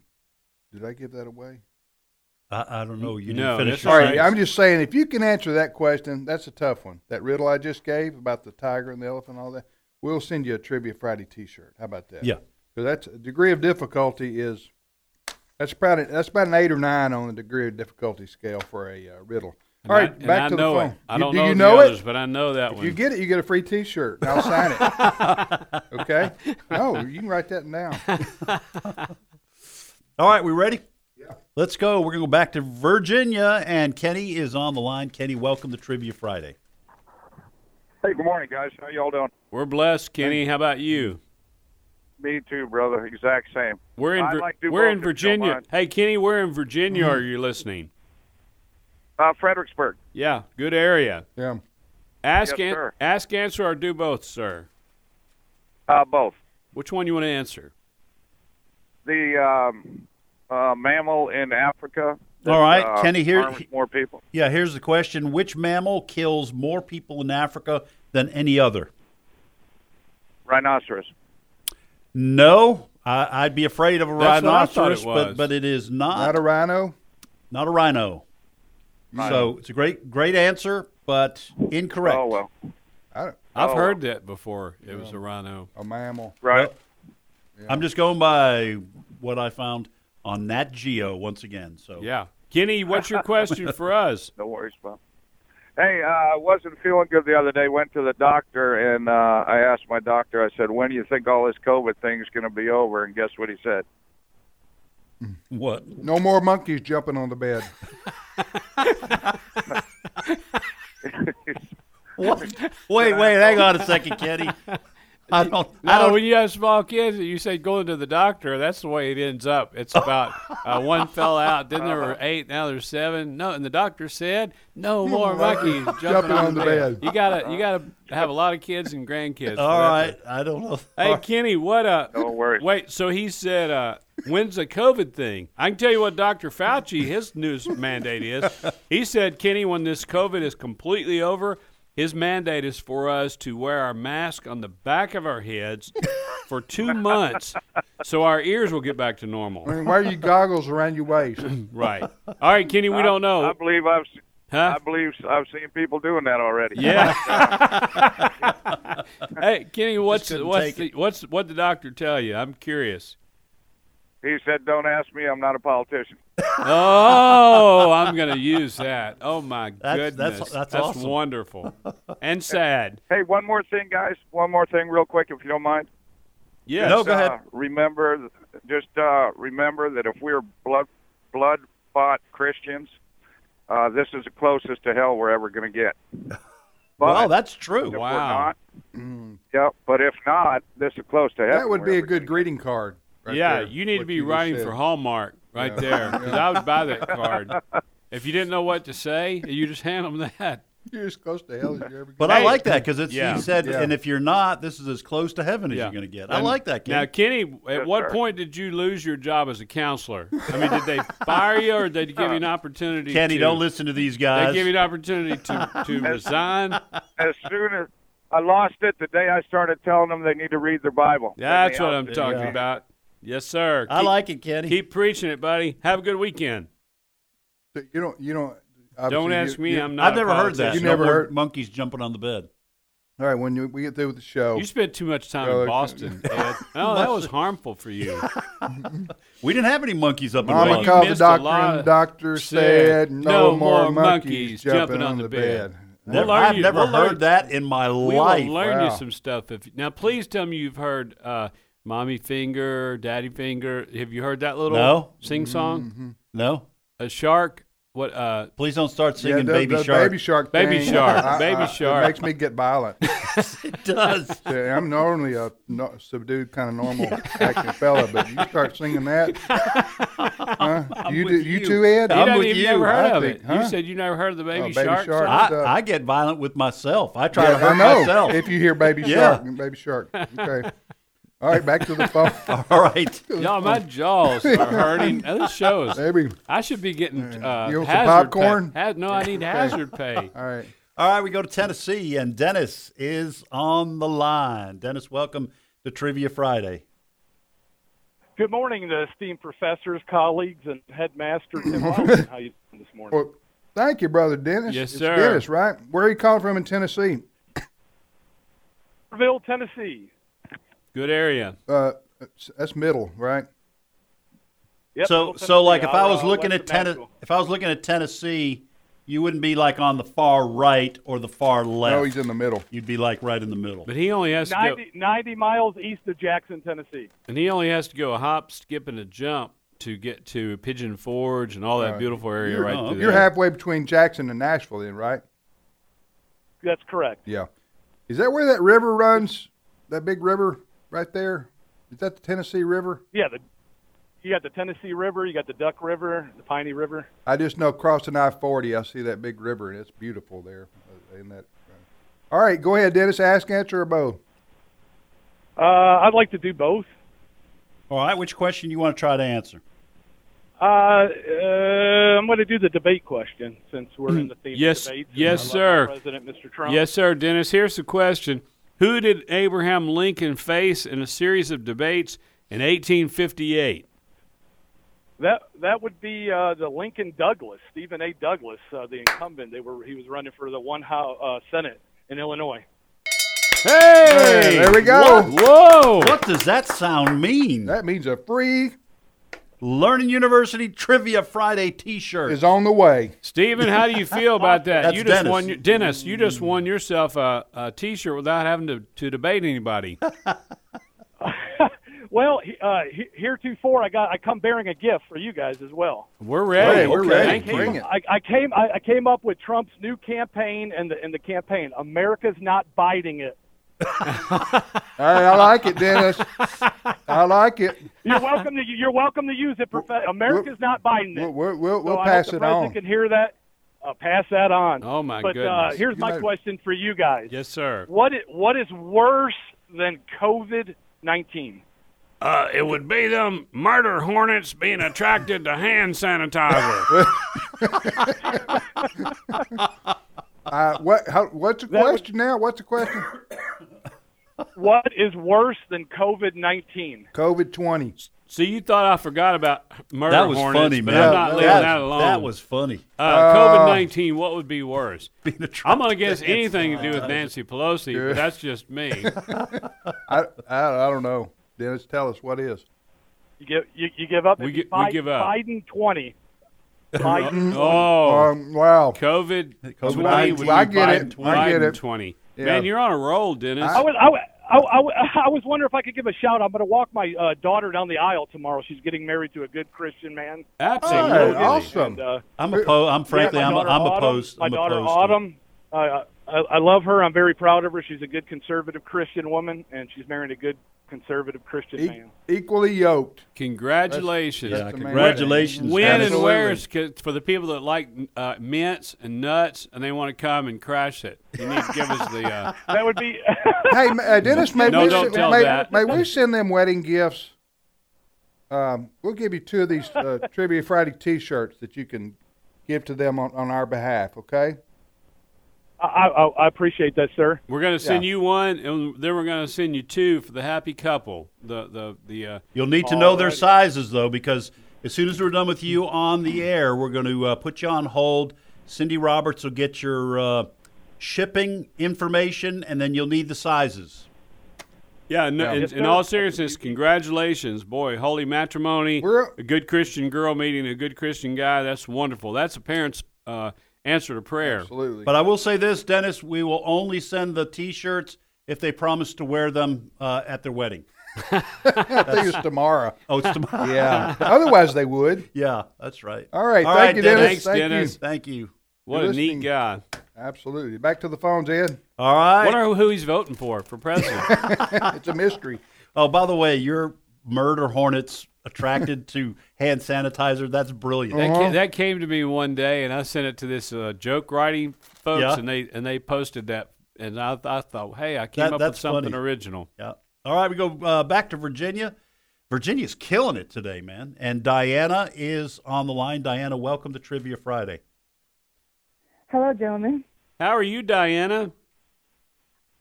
Did I give that away?
I, I don't know. You
No,
didn't
that's
finish.
All
your
right.
sentence.
I'm just saying, if you can answer that question, that's a tough one. That riddle I just gave about the tiger and the elephant and all that, we'll send you a Trivia Friday t shirt. How about that?
Yeah.
Because that's degree of difficulty is, that's about, a, that's about an eight or nine on the degree of difficulty scale for a uh, riddle.
And
All right.
I- and
back
I
to
know
the
it.
phone.
I
You-
don't
do
know
you
the
know
others,
it?
but I know that
if
one.
you get it, you get a free t shirt. I'll sign it. okay? No, you can write that down.
All right, we ready? Yeah. Let's go. We're going to go back to Virginia, and Kenny is on the line. Kenny, welcome to Trivia Friday.
Hey, good morning, guys. How y'all doing?
We're blessed, Kenny. How about you?
Me too, brother. Exact same.
We're in,
I
Vir-
like Dubois,
we're in
if you don't
Virginia.
mind.
Hey, Kenny, we're in Virginia.
Mm-hmm.
Are you listening?
Uh, Fredericksburg.
Yeah, good area.
Yeah.
Ask,
Yes,
an-
sir.
ask, answer, or do both, sir?
Uh, both.
Which one you want to answer?
The um, uh, mammal in Africa.
All right,
uh,
Kenny. Here,
harms more people.
Yeah, here's the question: Which mammal kills more people in Africa than any other?
Rhinoceros.
No, I, I'd be afraid of a
That's what I thought
rhinoceros,
it
but
was.
but it is not.
Not a rhino.
Not a rhino.
Rhino.
So it's a great great answer, but incorrect. Oh well.
I,
Oh,
I've heard that before. It was a rhino.
A mammal.
Right.
I'm just going by what I found on Nat Geo once again. So
yeah, Kenny, what's your question for us?
No worries, Bob. Hey, uh, I wasn't feeling good the other day. Went to the doctor, and uh, I asked my doctor. I said, "When do you think all this COVID thing's going to be over?" And guess what he said?
What?
No more monkeys jumping on the bed.
What? Wait, wait, hang on a second, Kenny. I don't.
No,
I don't.
when you have small kids, you say going to the doctor. That's the way it ends up. It's
Oh.
about uh, one fell out, then there were eight, now there's seven. No, and the doctor said no more monkeys jumping, on, the bed. You gotta, you gotta have a lot of kids and grandkids.
All
for that
right,
to-
I don't know.
Hey, Kenny, what uh?
No worries.
Wait, so he said, uh, when's the COVID thing? I can tell you what Dr. Fauci, his news mandate is. He said, Kenny, when this COVID is completely over, His mandate is for us to wear our mask on the back of our heads for two months, so our ears will get back to normal.
I mean, wear your goggles around your waist.
Right. All right, Kenny, we don't know.
I believe I've. s-
Huh?
I believe s- I've seen people doing that already.
Yeah. hey, Kenny, what's
couldn't
what's
take
the, what's what the doctor tell you? I'm curious.
he said, "Don't ask me. I'm not a politician."
Oh, I'm gonna use that. Oh my
That's- that's-
goodness,
that's awesome.
wonderful and sad.
Hey, one more thing, guys. One more thing, real quick, if you don't mind.
Yes.
Just, Uh, remember, just uh, remember that if we're blood blood bought Christians, uh, this is the closest to hell we're ever going to get. But
Wow, that's true.
If We're
Wow.
not, yep. But if not, this is close to hell.
Mm. That would be a good greeting card. right
yeah,
there,
you need to
what
be
you just
writing
said.
for Hallmark right
Yeah.
there because
Yeah.
I would buy that card. If you didn't know what to say, you just hand them that.
You're as close to hell as you ever
But I
Hey.
like that because it's
Yeah.
he said,
Yeah.
and if you're not, this is as close to heaven as you're going to get. I
And
like that. Kenny.
Now, Kenny, at
Yes,
what
sir.
point did you lose your job as a counselor? I mean, did they fire you or did they give you an opportunity?
Kenny,
to,
don't listen to these guys.
They give you an opportunity to, to resign.
As soon as I lost it, the day I started telling them they need to read their Bible.
That's
They-
what I'm
they-
talking about. Yes, sir.
I like it,
Kenny.
Keep preaching it, buddy. Have a good weekend.
You don't. You don't.
Don't
obviously you-
ask me.
you-
I'm not.
I've never heard that.
You
No
never
more
heard.
monkeys jumping on the bed.
All right, when you, we get through with the show,
You spent too much time
Oh,
in
okay.
Boston. Ed. Oh, that was harmful for you.
We didn't have any monkeys up in
Mama
Boston.
called the doctor, and the doctor said, "No, more, monkeys, jumping on the bed."
Never- I've never heard that in my
We
life.
will learn you
Wow.
some stuff. If now, please tell me you've heard uh, "Mommy Finger," "Daddy Finger." Have you heard that little
No.
sing song?
Mm-hmm.
No.
A shark. What? Uh,
Please don't start
Yeah,
singing
the-
Baby
the
Shark.
Baby shark.
Baby
thing,
Shark,
I- I-
Baby
it
Shark.
makes me get violent.
it does.
I'm normally a no, subdued, kind of normal acting fella, but you start singing that, huh? you, do, you too, Ed.
He doesn't even never heard
I
of
think,
it.
huh?
You said you never heard of the baby,
Oh, Baby
shark.
Shark.
song?
I, I get violent with myself. I try
Yeah,
to hurt
I know.
myself.
If you hear Baby
Yeah.
Shark, Baby Shark. Okay. All right, back to the phone.
All right.
Y'all, my jaws are hurting. Now, This shows.
Baby.
I should be getting uh,
You want some
hazard
popcorn?
Pay. Ha- no, I need
Okay.
hazard pay.
All right.
All right, we go to Tennessee, and Dennis is on the line. Dennis, welcome to Trivia Friday.
Good morning, the esteemed professors, colleagues, and headmaster Tim Robinson. How you doing this morning?
Well, thank you, brother Dennis.
Yes,
It's
sir.
Dennis, right? Where are you calling from in Tennessee?
Seville, Tennessee.
Good area.
Uh, that's- that's middle, right?
Yep,
so,
Middle
so like if
Tennessee.
I
I'll,
was
uh,
looking
west
at
of
Tennessee, if I was looking at Tennessee, you wouldn't be like on the far right or the far left.
No, he's in the middle.
You'd be like right in the middle.
But he only has to go,
90, 90 miles east of Jackson, Tennessee.
and he only has to go a hop, skip, and a jump to get to Pigeon Forge and all that
Right.
beautiful area
oh,
You're,
right through
you're
there.
halfway between Jackson and Nashville, then, right?
That's correct.
Yeah. Is that where that river runs? That big river right there? Is that the Tennessee River?
Yeah, the, you got the Tennessee River, you got the Duck River, the Piney River.
I just know crossing I 40, I see that big river, and it's beautiful there. uh, In that. uh, All right, go ahead, Dennis. Ask, answer, or both.
Uh, I'd like to do both.
All right, which question you want to try to answer?
Uh, uh, I'm going to do the debate question since we're
Mm.
in the theme
Yes,
of debates. and
yes,
I love
sir.
our President Mr. Trump.
Yes, sir, Dennis. Here's the question: Who did Abraham Lincoln face in a series of debates in 1858?
That that would be uh, the Lincoln Douglas, Stephen A. Douglas, uh, the incumbent. They were he was running for the one house uh, Senate in Illinois.
Hey,
there we go.
What?
Whoa!
What does that sound mean?
That means a free
Learning University Trivia Friday T-shirt
is on the way.
Stephen, how do you feel about that?
That's
you just
Dennis.
won, your, Dennis. You just won yourself a, a T-shirt without having to, to debate anybody.
Well, he, uh, he, heretofore I got I come bearing a gift for you guys as well.
We're ready.
Hey, we're
Okay.
ready.
Thank you.
Bring it.
I, I came I, I came up with Trump's new campaign and the and the campaign America's not biting it.
All right, I like it, Dennis. I like it.
You're welcome to you're welcome to use it, Professor. America's not biting
We'll,
it.
we'll, we'll,
So
we'll
I hope
pass
the
it
president
on.
Can hear that? Uh, pass that on.
Oh my
but,
goodness.
uh, here's
You
my
might-
question for you guys.
Yes, sir.
What i- what is worse than COVID nineteen?
Uh, it would be them murder hornets being attracted to hand sanitizer.
Uh, what? How, what's the
That was-
question now? What's the question?
What is worse than COVID nineteen?
COVID twenty.
So you thought I forgot about murder
That was
hornets,
funny,
but
man.
I'm not
That-
leaving
that-
that, alone.
that was funny.
Uh,
Uh,
COVID nineteen. What would be worse? I'm gonna guess
It's
anything to do with
fine.
Nancy Pelosi,
Yeah.
but that's just me.
I, I I don't know. Dennis, tell us what is.
You give you, you give up.
We
It's
gi- we
Biden,
give up.
Biden twenty.
Biden.
Biden.
Oh,
Um, wow.
COVID.
COVID-19.
20 would be
I get it.
Biden
I get it.
20.
Yeah.
Man, you're on a roll, Dennis.
I was, I, was- I, I, I was wondering if I could give a shout. I'm going to walk my uh, daughter down the aisle tomorrow. She's getting married to a good Christian man.
Absolutely.
And, uh,
Awesome. I'm oppo- I'm
yeah,
frankly,
my
I'm-
daughter
I'm
Autumn-
opposed-
My
I'm
daughter
opposed to it.
Autumn. Uh, I, I love her. I'm very proud of her. She's a good conservative Christian woman, and she's marrying a good conservative Christian
E-
man.
equally yoked.
Congratulations.
That's- that's Yeah, amazing.
congratulations,
When
Dennis.
and where's for the people that like uh, mints and nuts and they want to come and crash it? You need to give us the. Uh,
that would be.
Hey, ma- uh, Dennis, may,
No,
we,
don't
send-
tell
may-
that.
may we send them wedding gifts? Um, we'll give you two of these uh, Trivia Friday T-shirts that you can give to them on, on our behalf. Okay.
I, I, I appreciate that, sir.
We're going to send you one, and then we're going to send you two for the happy couple. The the the. Uh,
You'll need to know their sizes though, because as soon as we're done with you on the air, we're going to uh, put you on hold. Cindy Roberts will get your uh, shipping information, and then you'll need the sizes.
Yeah, no,
Yeah.
In,
Yes,
in
sir.
all seriousness, congratulations, boy! Holy matrimony, a good Christian girl meeting a good Christian guy—that's wonderful. That's a parent's uh, answer to prayer.
Absolutely.
But I will say this, Dennis: we will only send the T-shirts if they promise to wear them uh, at their wedding.
I think it's tomorrow.
Oh, it's tomorrow.
yeah. Otherwise, they would.
Yeah, that's right.
All right.
All
thank
right,
you,
Dennis.
Dennis.
Thanks,
thank
Dennis.
You.
Thank you.
What
You're
a neat
listening.
guy.
Absolutely. Back to the phones, Ed.
All right.
Wonder who he's voting for for president.
it's a mystery.
Oh, by the way, your murder hornets attracted to hand sanitizer. That's brilliant.
Uh-huh.
That, came, that came to me one day, and I sent it to this uh, joke writing folks,
Yeah.
and they and they posted that, and I, I thought, hey, I came
That-
up with
that's
something
funny.
original.
Yeah. All right, we go uh, back to Virginia. Virginia's killing it today, man. And Diana is on the line. Diana, welcome to Trivia Friday.
Hello, gentlemen.
How are you, Diana?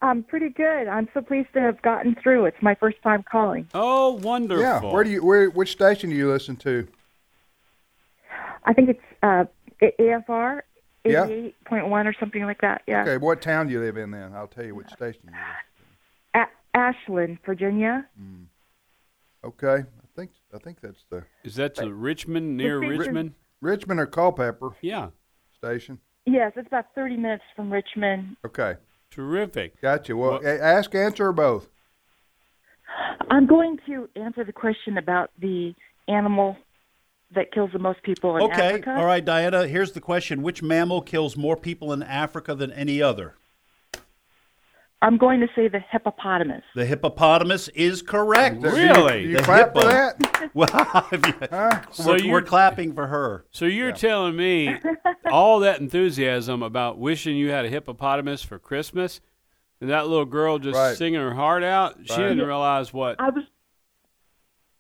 I'm pretty good. I'm so pleased to have gotten through. It's my first time calling.
Oh, wonderful.
Yeah. Where do you? Where? Which station do you listen to?
I think it's uh, A- AFR
Yeah.
88.1 or something like that. Yeah.
Okay. What town do you live in? Then I'll tell you which station. You live
A- Ashland, Virginia.
in. Okay. I think. I think that's the
Is that the Richmond near
Richmond.
Richmond?
Richmond or Culpeper.
Yeah.
Station.
Yes, it's about 30 minutes from Richmond.
Okay.
Terrific.
Gotcha. Well, a- ask, answer, or both.
I'm going to answer the question about the animal that kills the most people in
okay.
Africa.
All right, Diana, here's the question Which mammal kills more people in Africa than any other?
I'm going to say the hippopotamus.
The hippopotamus is correct.
Really? Really?
You,
The
clap for
hippo.
that?
Well, yeah.
So
we're,
you-
we're clapping for her.
So you're telling me all that enthusiasm about wishing you had a hippopotamus for Christmas, and that little girl just
Right.
singing her heart out. She
Right.
didn't realize what.
I was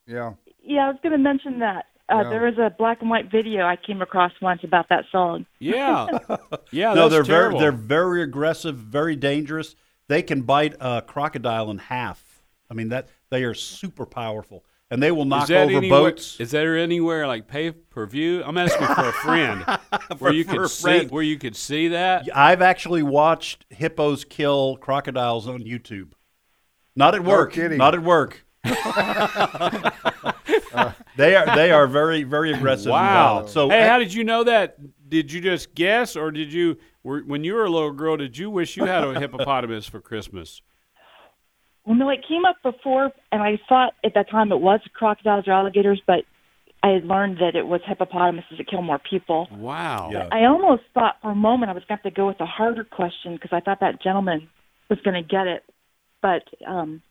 Yeah.
yeah, I was going to mention that. Uh,
Yeah.
There was a black and white video I came across once about that song.
Yeah. Yeah.
no,
that's
they're very
terrible.
they're very aggressive, very dangerous. They can bite a crocodile in half. I mean that they are super powerful, and they will knock
is that
over
anywhere,
boats.
Is there anywhere like pay per view? I'm asking for a friend where you
For-
could
for a
see
friend.
where you could see that.
I've actually watched hippos kill crocodiles on YouTube. Not at
No
work.
kidding.
Not at work. they are they are very very aggressive. and
Wow.
violent. So
hey, how did you know that? Did you just guess, or did you were, when you were a little girl? Did you wish you had a hippopotamus for Christmas?
Well, no, it came up before, and I thought at that time it was crocodiles or alligators, but I had learned that it was hippopotamuses that kill more people.
Wow.
I almost thought for a moment I was going to have to go with a harder question because I thought that gentleman was going to get it, but um,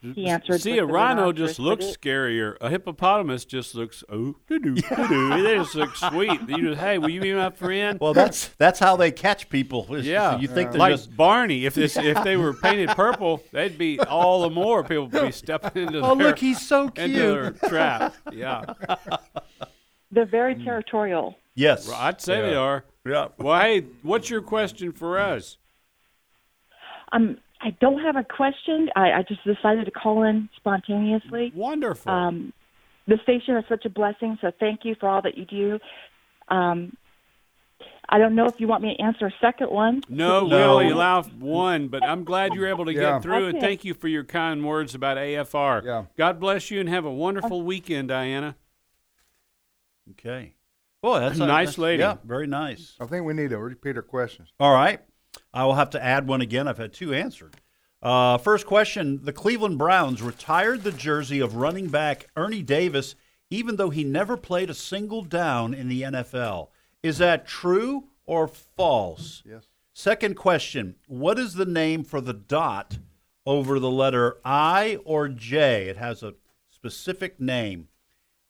he answered.
See,
with
a
the
rhino
rhinoceros,
just
but
looks
it-
scarier. A hippopotamus just looks oh, doo-doo, doo-doo. They just look sweet. You just, hey, will you be my friend?
well, that's that's how they catch people. is-
yeah.
you think they're
like
just
Barney? If this, if they were painted purple, they'd be all the more people would be stepping into.
Oh,
their,
look, he's so
Into their
cute.
trap. Yeah. Hmm.
They're very territorial.
yes,
I'd say they are.
Yeah.
Well, hey, what's your question for us?
Um, I don't have a question. I, I just decided to call in spontaneously.
Wonderful.
Um, the station is such a blessing, so thank you for all that you do. Um, I don't know if you want me to answer a second one.
No, we only allow one, but I'm glad you were able to
Yeah.
get through. And
Okay.
thank you for your kind words about AFR. Yeah. God bless you and have a wonderful weekend, Diana.
Okay. Boy, Oh, that's a
nice
that's-
lady.
Yeah, very nice.
I think we need to repeat our questions.
All right. I will have to add one again. I've had two answered. Uh, first question The Cleveland Browns retired the jersey of running back Ernie Davis, even though he never played a single down in the NFL. Is that true or false?
Yes.
Second question What is the name for the dot over the letter I or J? It has a specific name.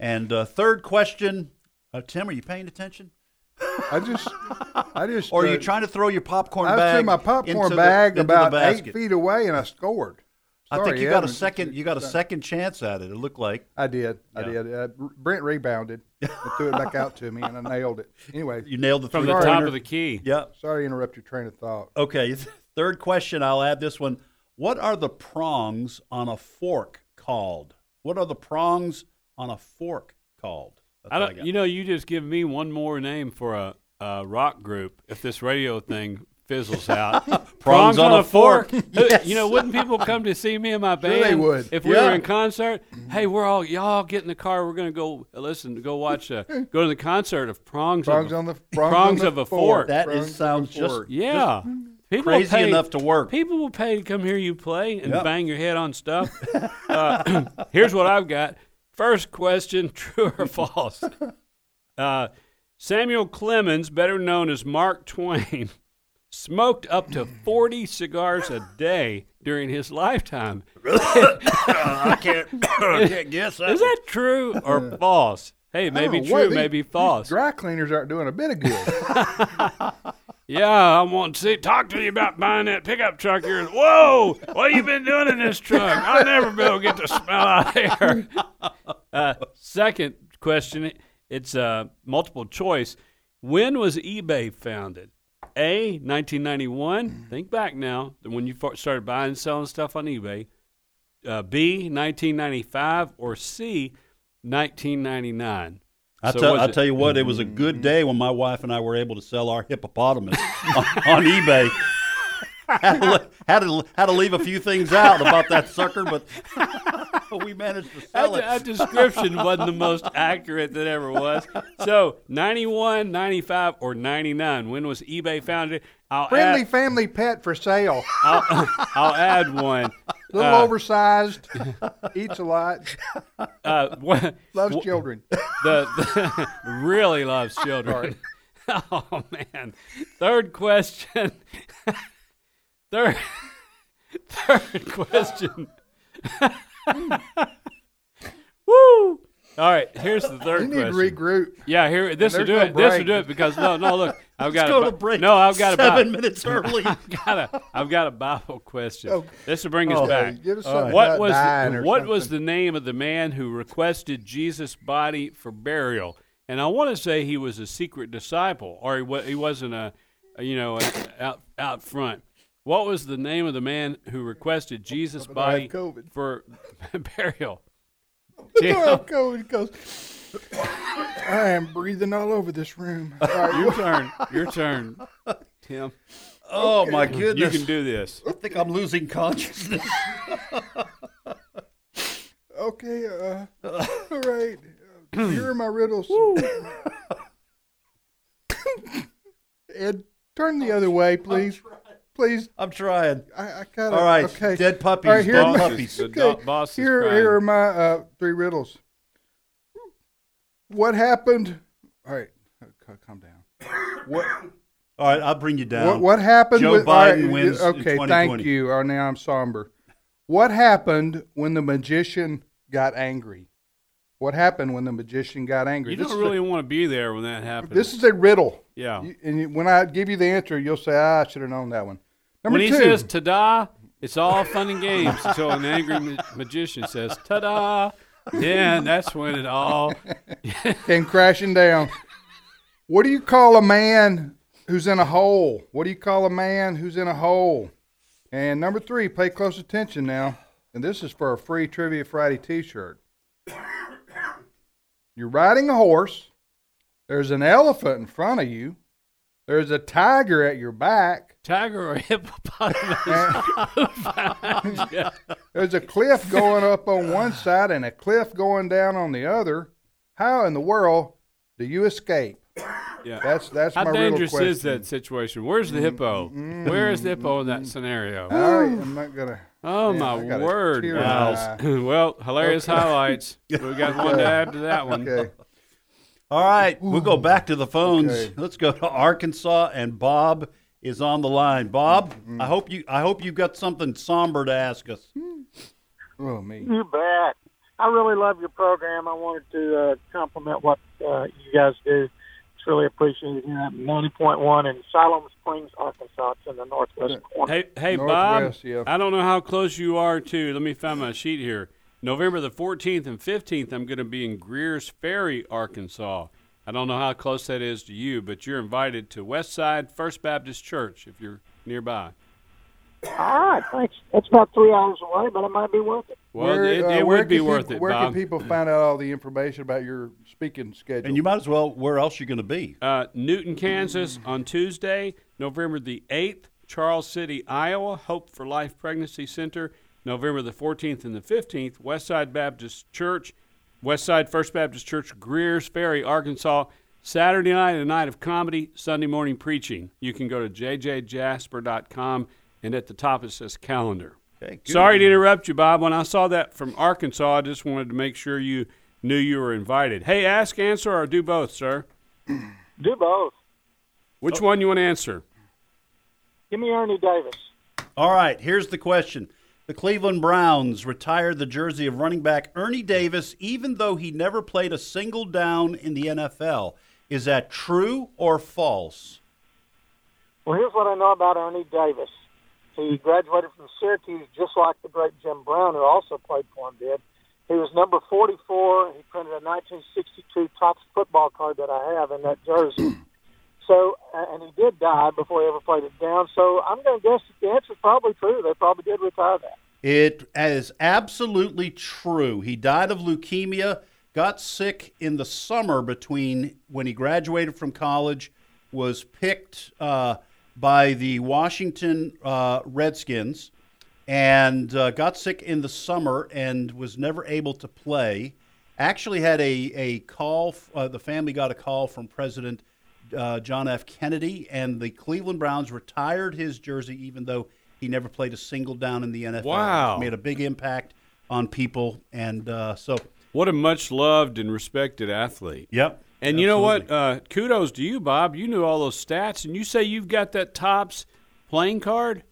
And uh, third question uh, Tim, are you paying attention?
I just, I just.
Or are you
uh,
trying to throw your popcorn
I
bag?
threw my
into
popcorn
the-
bag
into the
about eight
basket?
feet away, and I scored.
I think
Sorry,
you got a
Evan.
second. You got a second chance at it. It looked like
I did. I
Yeah.
did. Uh, Brent rebounded and threw it back out to me, and I nailed it. Anyway,
You nailed the
Sorry.
three-pointer.
key.
Yep.
Sorry to interrupt your train of thought.
Okay. Third question. I'll add this one. What are the prongs on a fork called? What are the prongs on a fork called? That's
I
what
don't, you know, you just give me one more name for a, a rock group if this radio thing fizzles out.
Prongs on a fork.
Uh, You know, wouldn't people come to see me and my
Sure
band?
they would.
If we
Yeah.
were in concert, hey, we're all y'all get in the car. We're gonna go uh, listen, go watch, uh, go to the concert of Prongs,
Prongs
of, a-
on the- Prongs on the
of a
Fork.
fork.
That is- Prongs on the sounds just- Fork.
yeah.
just
People will
crazy
pay-
enough to work.
People will pay to come hear you play and
Yep.
bang your head on stuff. uh, here's what I've got. First question: True or false? Uh, Samuel Clemens, better known as Mark Twain, smoked up to 40 cigars a day during his lifetime. I
can't, I can't guess that.
Is that true or false? Hey,
I don't
maybe
know what
true,
these-
maybe
these
false.
Dry cleaners aren't doing a bit of good.
Yeah, I want to see, talk to you about buying that pickup truck. You're, whoa, what you been doing in this truck? I'll never be able to get the smell out of here. Uh, second question, it's uh, multiple choice. When was eBay founded? A, 1991. Think back now, to when you fir- started buying and selling stuff on eBay. Uh, B, 1995. Or C, 1999.
I
So
tell,
was Mm-hmm.
I
it-
tell you what, it was a good day when my wife and I were able to sell our hippopotamus on, on eBay. Had to, le- had, to, had to leave a few things out about that sucker, but we managed to sell
that,
it.
that description wasn't the most accurate that ever was. So, 91, 95, or 99. When was eBay founded? I'll
Friendly
add,
family pet for sale.
I'll, I'll add one.
Little
Uh,
oversized. eats a lot.
uh, wha-
Loves
wha-
children.
The, the- really loves children. Oh man. Third question. Third. Third question. Woo! All right, here's the third
You need to
question.
regroup.
Yeah, here. This will
There's
do
no
it. This will
break.
do it because no, no. Look, I've got
Let's
a
go to
Bi-
break
No, I've got a
seven
Bi-
minutes early.
I've got a. I've got a Bible question.
Okay.
This will bring us
Okay,
back.
give us something
what
about
was
nine
the,
or
what was the name of the man who requested Jesus' body for burial? And I want to say he was a secret disciple, or he, wa- he wasn't a, a, you know, a, out out front. What was the name of the man who requested Jesus'
but I
body
had
for burial?
That's where I'm going, 'cause I am breathing all over this room. All right,
Your
what-
turn. Your turn, Tim.
Oh my
Okay.
goodness!
You can do this.
I think I'm losing consciousness.
Okay. Uh, all right. Uh, here are my riddles. Ed, turn the other way, please. Please.
I'm trying.
I, I gotta.
All right,
Okay.
dead puppies,
All right, here
dead
are my-
puppies. The
Okay.
dog- boss is
here,
crying.
here are my uh, three riddles. What happened? All right. c- Calm down. What?
All right, I'll bring you down.
What, what happened?
Joe
with, all right,
Biden wins. in
Okay,
2020.
thank you. Or now I'm somber. What happened when the magician got angry? What happened when the magician got angry?
You
This
don't
is a-
really want to be there when that happens.
this is a riddle.
Yeah.
You- and you- when I give you the answer, you'll say, ah, I should have known that one. Number
when he
two.
says "ta-da," it's all fun and games until an angry ma- magician says "ta-da." Then that's when it all.
came crashing down. What do you call a man who's in a hole. What do you call a man who's in a hole? And number three, pay close attention now. And this is for a free Trivia Friday t shirt. You're riding a horse. There's an elephant in front of you. There's a tiger at your back.
Tiger or hippopotamus?
There's a cliff going up on one side and a cliff going down on the other. How in the world do you escape?
Yeah.
That's that's
How
my
dangerous
real question. Mm-hmm.
is that situation? Where's the hippo? Where is the hippo in that scenario?
All right, I'm not gonna.
Oh
man, I
my
got a
word!
tear in
Wow.
my eye.
well, hilarious
Okay.
highlights. We got one to add to that one.
Okay.
All right, we'll go back to the phones.
Okay.
Let's go to Arkansas, and Bob is on the line. Bob,
Mm-hmm.
I hope you I hope you've got something somber to ask us.
Oh me.
You bet. I really love your program. I wanted to uh, compliment what uh, you guys do. It's really appreciated. You're at 90.1 in Siloam Springs, Arkansas. It's in the northwest corner.
Hey, hey, Bob. I don't know how close you are to. Let me find my sheet here. November the 14th and 15th, I'm going to be in Greer's Ferry, Arkansas. I don't know how close that is to you, but you're invited to Westside First Baptist Church if you're nearby.
All right, thanks. It's about three hours away, but it might be worth it.
Well, it,
uh,
it
where
would be
can
worth
people-
it,
Where
Bob.
can people find out all the information about your speaking schedule?
And you might as well. Where else you going to be?
Uh, Newton, Kansas on Tuesday, November the 8th. Charles City, Iowa, Hope for Life Pregnancy Center, November the 14th and the 15th. Westside Baptist Church, Westside First Baptist Church, Greers Ferry, Arkansas. Saturday night, a night of comedy, Sunday morning preaching. You can go to jjjasper.com, and at the top it says calendar.
good.
Sorry to interrupt you, Bob. When I saw that from Arkansas, I just wanted to make sure you knew you were invited. Hey, ask, answer, or do both, sir.
Do both.
Which one you want to answer?
Give me Ernie Davis.
All right, here's the question. The Cleveland Browns retired the jersey of running back Ernie Davis, even though he never played a single down in the NFL. Is that true or false?
Well, here's what I know about Ernie Davis. He graduated from Syracuse just like the great Jim Brown, who also played for him, did. He was number 44. He printed a 1962 Topps football card that I have in that jersey. So, a- and he did die before he ever played it down. So I'm going to guess that the answer's probably true. They probably did retire that.
It is absolutely true. He died of leukemia, got sick in the summer between when he graduated from college, was picked uh, by the Washington uh, Redskins, and uh, got sick in the summer and was never able to play. Actually, had a, a call, uh, the family got a call from President uh, John F. Kennedy, and the Cleveland Browns retired his jersey, even though he never played a single down in the NFL.
Wow.
Made a big impact on people, and uh, so
What a much loved and respected athlete.
Yep.
And you know what? Uh, kudos to you, Bob. You knew all those stats, and you say you've got that tops playing card.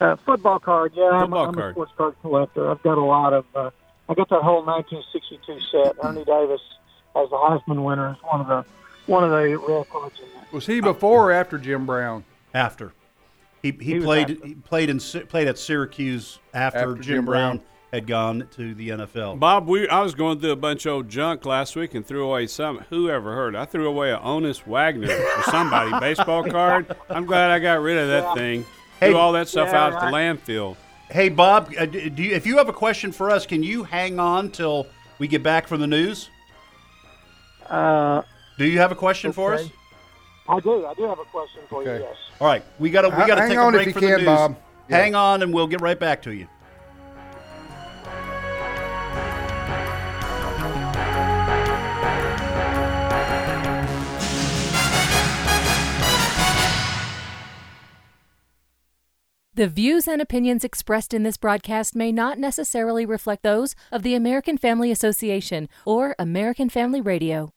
Uh, football card, yeah. I'm,
Football
I'm
card.
a sports card collector. I've got a lot of. Uh, I got that whole 1962 set. Ernie Davis as the Heisman winner is one of the one of the rare cards in there.
Was he before or after Jim Brown?
after he, he,
He was
played
after.
he played in Sy- played at Syracuse after,
After
Jim,
Jim
Brown,
Brown.
had gone to the NFL.
Bob, we I was going through a bunch of old junk last week and threw away some. Who ever heard? I threw away a Onus Wagner or somebody baseball card. I'm glad I got rid of that thing.
Hey-
threw all that stuff
Yeah,
out at the
I-
landfill.
Hey Bob, uh, d- do you, if you have a question for us, can you hang on till we get back from the news?
Uh,
do you have a question for us?
okay. I do. I do have a question for
Okay.
you. Yes.
All right, we got to we got to
Hang
take a
on
break
if you
for the
can,
news.
Bob. Yeah.
Hang on, and we'll get right back to you.
The views and opinions expressed in this broadcast may not necessarily reflect those of the American Family Association or American Family Radio.